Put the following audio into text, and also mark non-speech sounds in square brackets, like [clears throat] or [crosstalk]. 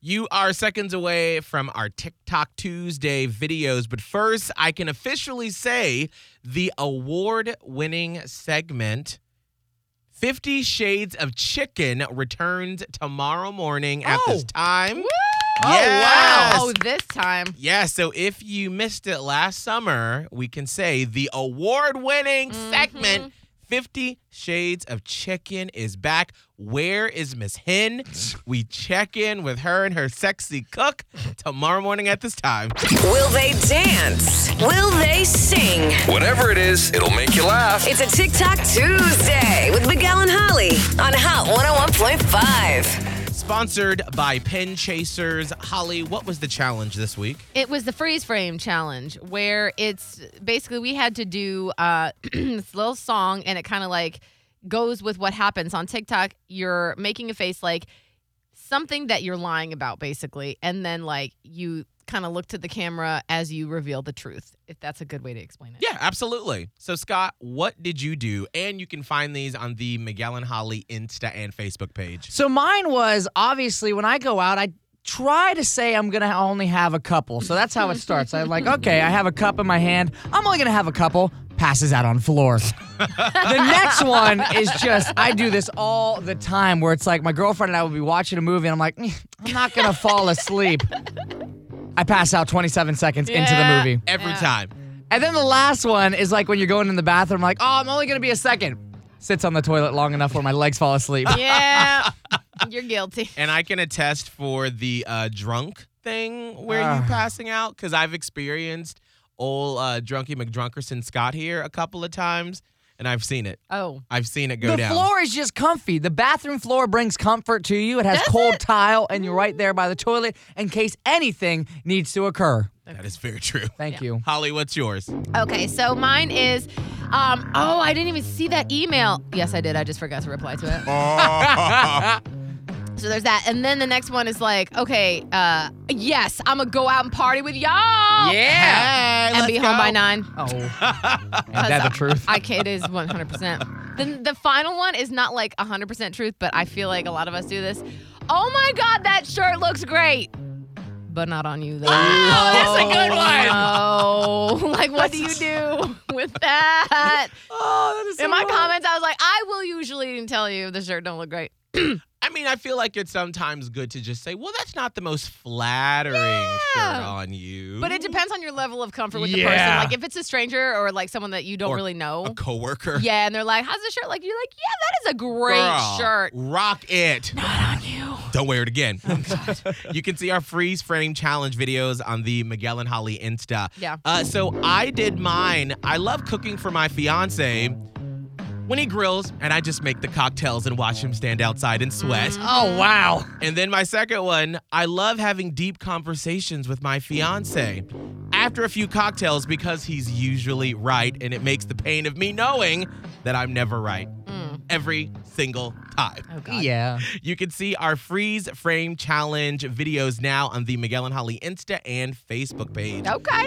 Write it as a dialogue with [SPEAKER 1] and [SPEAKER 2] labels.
[SPEAKER 1] You are seconds away from our TikTok Tuesday videos, but first, I can officially say the award winning segment. 50 Shades of Chicken returns tomorrow morning at this
[SPEAKER 2] Oh.
[SPEAKER 1] time.
[SPEAKER 2] Oh,
[SPEAKER 1] Yes.
[SPEAKER 2] wow. Oh, this time.
[SPEAKER 1] Yeah, so if you missed it last summer, we can say the award winning segment 50 Shades of Chicken is back. Where is Miss [laughs] Hen? We check in with her and her sexy cook tomorrow morning at this time.
[SPEAKER 3] Will they dance? Will they sing?
[SPEAKER 4] Whatever it is, it'll make you laugh.
[SPEAKER 3] It's a TikTok Tuesday with Miguel and Holly on Hot 101.5.
[SPEAKER 1] Sponsored by Pen Chasers. Holly, what was the challenge this week?
[SPEAKER 2] It was the freeze frame challenge where it's basically we had to do uh, [clears throat] this little song and it kind of like goes with what happens on TikTok. You're making a face like something that you're lying about, basically. And then like you kind of look to the camera as you reveal the truth, if that's a good way to explain it.
[SPEAKER 1] Yeah, absolutely. So, Scott, what did you do? And you can find these on the Miguel and Holly Insta and Facebook page.
[SPEAKER 5] So mine was obviously when I go out, I try to say I'm gonna only have a couple. So that's how it starts. I'm like, okay, I have a cup in my hand. I'm only gonna have a couple. Passes out on floor. the next one is just I do this all the time, where it's like my girlfriend and I will be watching a movie, and I'm like, "Eh, I'm not gonna fall asleep. I pass out 27 seconds into
[SPEAKER 2] Yeah.
[SPEAKER 5] the movie.
[SPEAKER 1] Every
[SPEAKER 2] Yeah.
[SPEAKER 1] time.
[SPEAKER 5] And then the last one is like when you're going in the bathroom, like, oh, I'm only gonna be a second. Sits on the toilet long enough where my legs fall asleep.
[SPEAKER 2] Yeah. [laughs] you're guilty.
[SPEAKER 1] And I can attest for the uh, drunk thing where you
[SPEAKER 5] Ah.
[SPEAKER 1] passing out because I've experienced old uh, drunky McDrunkerson Scott here a couple of times, and I've seen it.
[SPEAKER 2] Oh.
[SPEAKER 1] I've seen it go
[SPEAKER 5] the
[SPEAKER 1] down.
[SPEAKER 5] floor is just comfy. The bathroom floor brings comfort to you. It has
[SPEAKER 2] Does
[SPEAKER 5] cold
[SPEAKER 2] it?
[SPEAKER 5] tile, and you're right there by the toilet in case anything needs to occur.
[SPEAKER 1] that is very true.
[SPEAKER 5] Thank you.
[SPEAKER 1] Holly, what's yours?
[SPEAKER 2] Okay, so mine is. Um, oh, I didn't even see that email. Yes, I did. I just forgot to reply to
[SPEAKER 1] [laughs]
[SPEAKER 2] it. So there's that. And then the next one is like, okay, uh, yes, I'm gonna go out and party with
[SPEAKER 1] Yeah.
[SPEAKER 2] y'all.
[SPEAKER 1] Hey,
[SPEAKER 2] And
[SPEAKER 1] let's
[SPEAKER 2] be home
[SPEAKER 1] go.
[SPEAKER 2] by nine.
[SPEAKER 1] [laughs]
[SPEAKER 5] Oh, ain't that the truth?
[SPEAKER 2] I, it is 100%. Then the final one is not like 100% truth, but I feel like a lot of us do this. Oh my God, that shirt looks great. But not on you, though.
[SPEAKER 1] Oh, that's a good
[SPEAKER 2] one. No. [laughs] Like, what do you do [laughs] with that?
[SPEAKER 5] oh, that is so
[SPEAKER 2] In my
[SPEAKER 5] wrong.
[SPEAKER 2] comments, I was like, I will usually tell you the shirt don't look great.
[SPEAKER 1] I mean, I feel like it's sometimes good to just say, well, that's not the most flattering shirt on you.
[SPEAKER 2] But it depends on your level of comfort with the person.
[SPEAKER 5] Yeah.
[SPEAKER 2] Like if it's a stranger or like someone that you don't
[SPEAKER 1] Or
[SPEAKER 2] really
[SPEAKER 1] A
[SPEAKER 2] know.
[SPEAKER 1] coworker.
[SPEAKER 2] Yeah, and they're like, "How's the shirt?" Like you're like, "Yeah, that is a great
[SPEAKER 1] Girl,
[SPEAKER 2] shirt."
[SPEAKER 1] Rock it.
[SPEAKER 2] Not on you.
[SPEAKER 1] [laughs] Don't wear it again. [laughs] you can see our freeze frame challenge videos on the Miguel and Holly Insta.
[SPEAKER 2] Yeah.
[SPEAKER 1] Uh, so I did mine. I love cooking for my fiance when he grills, and I just make the cocktails and watch him stand outside and sweat.
[SPEAKER 5] Oh wow.
[SPEAKER 1] And then my second one, I love having deep conversations with my fiance after a few cocktails because he's usually right, and it makes the pain of me knowing that I'm never right
[SPEAKER 2] Mm.
[SPEAKER 1] every single time.
[SPEAKER 2] Oh god.
[SPEAKER 5] [laughs] Yeah.
[SPEAKER 1] You can see our freeze
[SPEAKER 2] Oh,
[SPEAKER 1] frame challenge videos now on the Miguel and Holly Insta and Facebook page.
[SPEAKER 2] Okay.